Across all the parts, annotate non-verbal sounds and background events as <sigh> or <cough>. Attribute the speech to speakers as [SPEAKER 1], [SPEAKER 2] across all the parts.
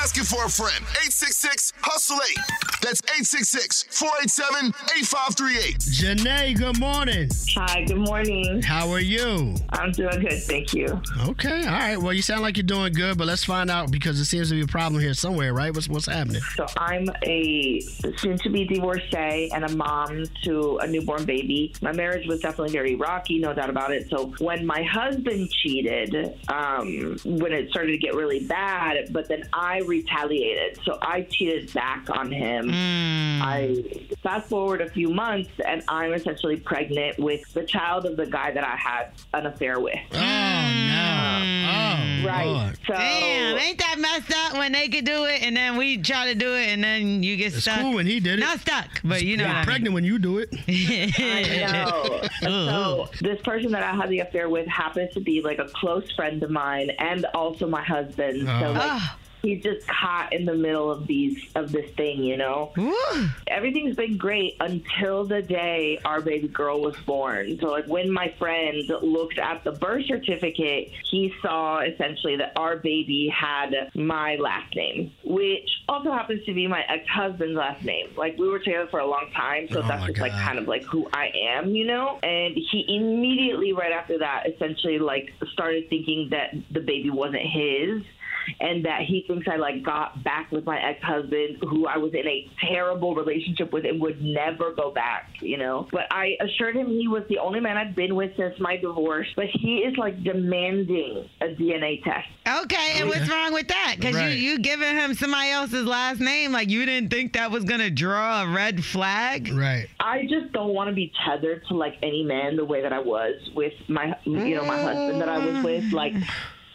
[SPEAKER 1] asking for a friend. 866 Hustle 8. That's 866 487 8538.
[SPEAKER 2] Janae, good morning.
[SPEAKER 3] Hi, good morning.
[SPEAKER 2] How are you?
[SPEAKER 3] I'm doing good, thank you.
[SPEAKER 2] Okay, all right. Well, you sound like you're doing good, but let's find out because it seems to be a problem here somewhere, right? What's what's happening?
[SPEAKER 3] So I'm a soon to be divorcee and a mom to a newborn baby. My marriage was definitely very rocky, no doubt about it. So when my husband cheated, um, when it started to get really bad, but then I retaliated. So I cheated back on him. I fast forward a few months and I'm essentially pregnant with the child of the guy that I had an affair with.
[SPEAKER 2] Oh no! Oh,
[SPEAKER 3] Mm. Right.
[SPEAKER 2] Lord.
[SPEAKER 3] So
[SPEAKER 4] Damn, ain't that messed up when they could do it and then we try to do it and then you get
[SPEAKER 2] It's
[SPEAKER 4] stuck?
[SPEAKER 2] cool when he did it.
[SPEAKER 4] Not stuck, but you know.
[SPEAKER 2] You're
[SPEAKER 4] what I mean.
[SPEAKER 2] pregnant when you do it.
[SPEAKER 4] <laughs>
[SPEAKER 3] No. so this person that I had the affair with happens to be like a close friend of mine and also my husband. So
[SPEAKER 2] Oh.
[SPEAKER 3] like
[SPEAKER 4] Ah,
[SPEAKER 3] he's just caught in the middle of these of this thing, you know?
[SPEAKER 4] Woo.
[SPEAKER 3] Everything's been great until the day our baby girl was born. So like when my friend looked at the birth certificate, he saw essentially that our baby had my last name, which also happens to be my ex-husband's last name. Like we were together for a long time, so
[SPEAKER 2] Oh,
[SPEAKER 3] that's
[SPEAKER 2] my
[SPEAKER 3] just like
[SPEAKER 2] God.
[SPEAKER 3] kind of kind of like who I am, you know? And he immediately, right after that, essentially like started thinking that the baby wasn't his and that he thinks I like got back with my ex husband who I was in a terrible relationship with and would never go back, you know? But I assured him he was the only man I've been with since my divorce, but he is like demanding a DNA test.
[SPEAKER 4] Okay, and what's wrong with that? Because
[SPEAKER 2] Right.
[SPEAKER 4] you you giving him somebody else's last name, like you didn't think that was gonna draw a red flag.
[SPEAKER 2] Right.
[SPEAKER 3] I just don't want to be tethered to like any man the way that I was with my, you know, my husband that I was with. Like,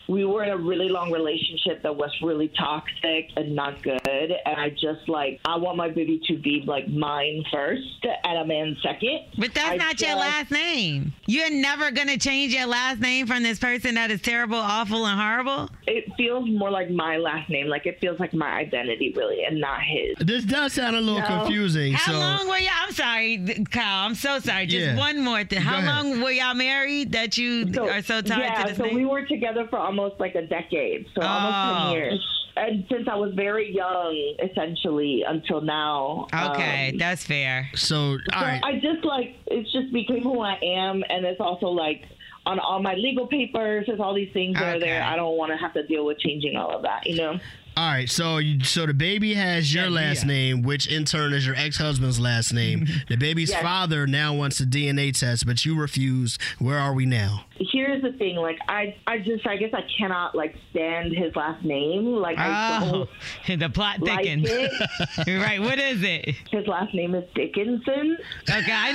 [SPEAKER 3] we were in a really long relationship that was really toxic and not good. And I just like, I want my baby to be like mine first and a man second.
[SPEAKER 4] But that's
[SPEAKER 3] I
[SPEAKER 4] not your
[SPEAKER 3] just-
[SPEAKER 4] last name. You're never gonna change your last name from this person that is terrible, awful, and horrible.
[SPEAKER 3] It feels more like my last name. Like, it feels like my identity really and not his.
[SPEAKER 2] This does sound a little confusing.
[SPEAKER 4] How
[SPEAKER 2] so
[SPEAKER 4] long were y'all? I'm sorry, th- Kyle. I'm so sorry. Just
[SPEAKER 2] Yeah.
[SPEAKER 4] one more thing.
[SPEAKER 2] Go
[SPEAKER 4] How
[SPEAKER 2] ahead.
[SPEAKER 4] long were y'all married that you are so tied
[SPEAKER 3] yeah,
[SPEAKER 4] to this
[SPEAKER 3] so
[SPEAKER 4] name?
[SPEAKER 3] we were together for almost like a decade, so almost
[SPEAKER 4] Oh.
[SPEAKER 3] 10 years. And since I was very young, essentially, until now.
[SPEAKER 4] okay,
[SPEAKER 3] um,
[SPEAKER 4] that's fair.
[SPEAKER 2] So all
[SPEAKER 3] so
[SPEAKER 2] right.
[SPEAKER 3] I just like, it just became who I am. And it's also like on all my legal papers, there's all these things that are
[SPEAKER 4] Okay.
[SPEAKER 3] there. I don't want to have to deal with changing all of that, you know?
[SPEAKER 2] All right, so you, so the baby has your last name, which in turn is your ex husband's last name. the baby's
[SPEAKER 3] Yes.
[SPEAKER 2] father now wants a DNA test, but you refused. Where are we now?
[SPEAKER 3] Here's the thing, like I, I just, I guess I cannot like stand his last name. Like I
[SPEAKER 4] Oh,
[SPEAKER 3] don't
[SPEAKER 4] <laughs> the
[SPEAKER 3] <laughs>
[SPEAKER 4] plot
[SPEAKER 3] like
[SPEAKER 4] thickens.
[SPEAKER 3] it.
[SPEAKER 4] <laughs> right, what is it?
[SPEAKER 3] His last name is Dickinson.
[SPEAKER 4] Okay, I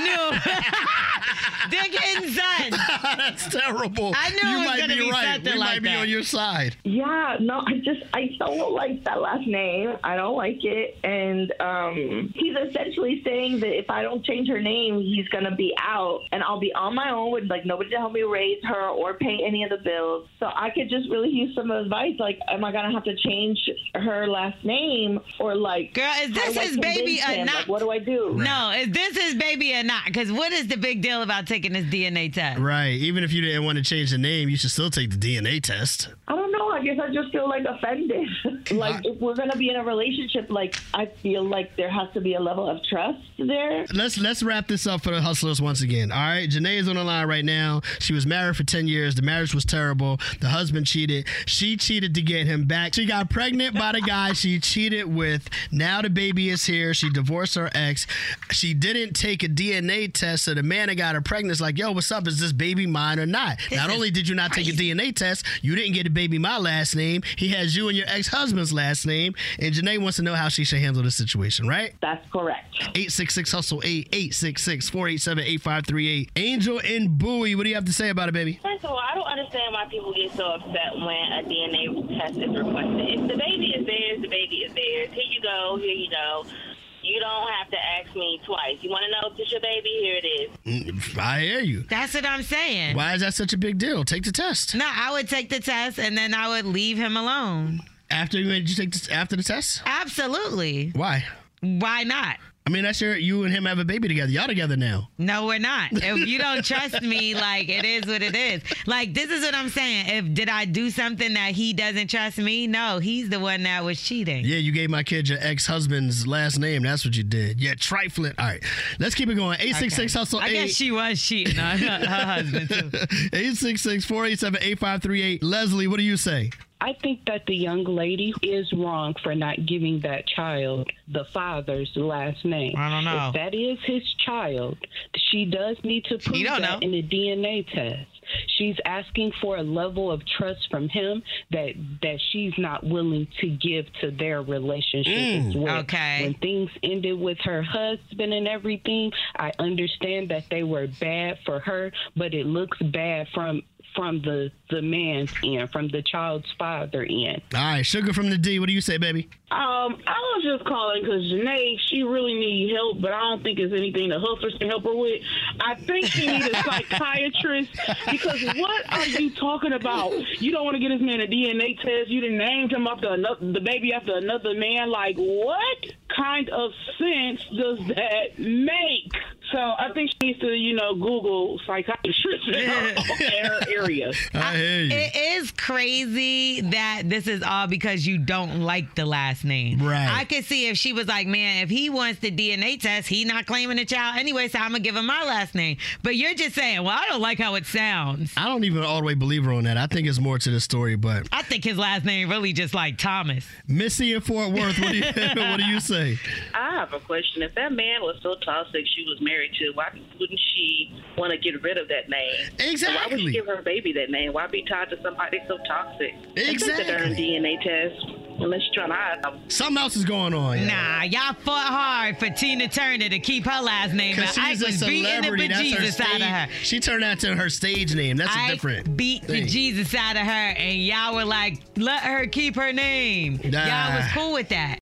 [SPEAKER 4] knew. <laughs> Dickinson.
[SPEAKER 2] That's terrible.
[SPEAKER 4] I knew
[SPEAKER 2] you
[SPEAKER 4] it was
[SPEAKER 2] might
[SPEAKER 4] gonna
[SPEAKER 2] be
[SPEAKER 4] be
[SPEAKER 2] right.
[SPEAKER 4] something
[SPEAKER 2] We might
[SPEAKER 4] like
[SPEAKER 2] be
[SPEAKER 4] that.
[SPEAKER 2] on your side.
[SPEAKER 3] Yeah, no, I just I don't like that last name. I don't like it, and um, he's essentially saying that if I don't change her name, he's gonna be out, and I'll be on my own with like nobody to help me raise her or pay any of the bills. So I could just really use some advice. Like, am I gonna have to change her last name, or like,
[SPEAKER 4] Girl, is
[SPEAKER 3] how
[SPEAKER 4] this
[SPEAKER 3] do I
[SPEAKER 4] his baby
[SPEAKER 3] convince
[SPEAKER 4] or
[SPEAKER 3] him?
[SPEAKER 4] not?
[SPEAKER 3] Like, what do I do?
[SPEAKER 4] No, is this his baby or not? Because what is the big deal about taking this DNA test?
[SPEAKER 2] Right. Even if you didn't want to change the name, you should still take the DNA test.
[SPEAKER 3] I don't know. I guess I just feel like offended. <laughs> like, if we're gonna be in a relationship, like I feel like there has to be a level of trust there.
[SPEAKER 2] Let's let's wrap this up for the hustlers once again. All right, Janae is on the line right now. She was married for ten years. The marriage was terrible. The husband cheated. She cheated to get him back. She got pregnant by the guy she cheated with. Now the baby is here. She divorced her ex. She didn't take a DNA test, so the man that got her pregnant is like, "Yo, what's up? Is this baby mine or not?" not only did you not take a DNA test, you didn't get the baby my last name. He has you and your ex husband's last name. And Janae wants to know how she should handle this situation, right?
[SPEAKER 3] That's correct.
[SPEAKER 2] 866 Hustle 8 866 487 8538. Angel and Bowie, what do you have to say about it, baby?
[SPEAKER 5] First of all, I don't understand why people get so upset when a DNA test is requested. If the baby is theirs, the baby is theirs. Here you go, here you go. You don't have to ask me twice. You want to know if it's your baby? Here it is.
[SPEAKER 2] Mm, I hear you.
[SPEAKER 4] That's what I'm saying.
[SPEAKER 2] Why is that such a big deal? Take the test.
[SPEAKER 4] No, I would take the test and then I would leave him alone.
[SPEAKER 2] After you you take the, after the test?
[SPEAKER 4] Absolutely.
[SPEAKER 2] Why?
[SPEAKER 4] Why not?
[SPEAKER 2] I mean, that's your you and him have a baby together. Y'all together now.
[SPEAKER 4] No, we're not. If you don't trust me, like it is what it is. Like this is what I'm saying. If did I do something that he doesn't trust me? No, he's the one that was cheating.
[SPEAKER 2] Yeah, you gave my kid your ex husband's last name. That's what you did. Yeah, trifling. All right, let's keep it going. Eight six six hustle.
[SPEAKER 4] I guess she was cheating on her, her husband too.
[SPEAKER 2] 866 487 8538. Leslie, what do you say?
[SPEAKER 3] I think that the young lady is wrong for not giving that child the father's last name.
[SPEAKER 4] I don't know.
[SPEAKER 3] If that is his child, she does need to prove
[SPEAKER 4] don't
[SPEAKER 3] that
[SPEAKER 4] know.
[SPEAKER 3] in the DNA test. She's asking for a level of trust from him that that she's not willing to give to their relationship as well.
[SPEAKER 4] Mm, okay.
[SPEAKER 3] When things ended with her husband and everything, I understand that they were bad for her, but it looks bad from from the the man's end, from the child's father end.
[SPEAKER 2] All right, Sugar from the D, what do you say, baby?
[SPEAKER 6] Um, I was just calling because Janae, she really needs help, but I don't think it's anything the Huffers can help her with. I think she needs a psychiatrist because what are you talking about? You don't want to get this man a DNA test. You didn't name him after another, the baby after another man. Like, what kind of sense does that make? So I think she needs to, you know, Google psychiatrist in her area.
[SPEAKER 2] I hear you.
[SPEAKER 4] It is crazy that this is all because you don't like the last name.
[SPEAKER 2] Right.
[SPEAKER 4] I could see if she was like, man, if he wants the DNA test, he not claiming the child anyway, so I'm gonna give him my last name. But you're just saying, well, I don't like how it sounds.
[SPEAKER 2] I don't even all the way believe her on that. I think it's more to the story, but
[SPEAKER 4] I think his last name really just like Thomas.
[SPEAKER 2] Missy in Fort Worth, what do you, <laughs> what do you say?
[SPEAKER 5] I have a question. If that man was so toxic she was married to, why wouldn't she want to get rid of that name? Why would she
[SPEAKER 2] Exactly.
[SPEAKER 5] give her baby that name? Why be tied to somebody so toxic?
[SPEAKER 2] Exactly.
[SPEAKER 5] Take the darn DNA test unless you're trying to hide them.
[SPEAKER 2] Something else is going on. yeah.
[SPEAKER 4] Nah, y'all fought hard for Tina Turner to keep her last name.
[SPEAKER 2] Because
[SPEAKER 4] But I
[SPEAKER 2] she's a
[SPEAKER 4] was beating the
[SPEAKER 2] celebrity. That's her
[SPEAKER 4] bejesus out
[SPEAKER 2] stage.
[SPEAKER 4] of her.
[SPEAKER 2] She turned that to her stage name. That's a
[SPEAKER 4] I
[SPEAKER 2] different.
[SPEAKER 4] beat
[SPEAKER 2] thing.
[SPEAKER 4] the Jesus out of her, and y'all were like, "Let her keep her name."
[SPEAKER 2] Nah.
[SPEAKER 4] Y'all was cool with that.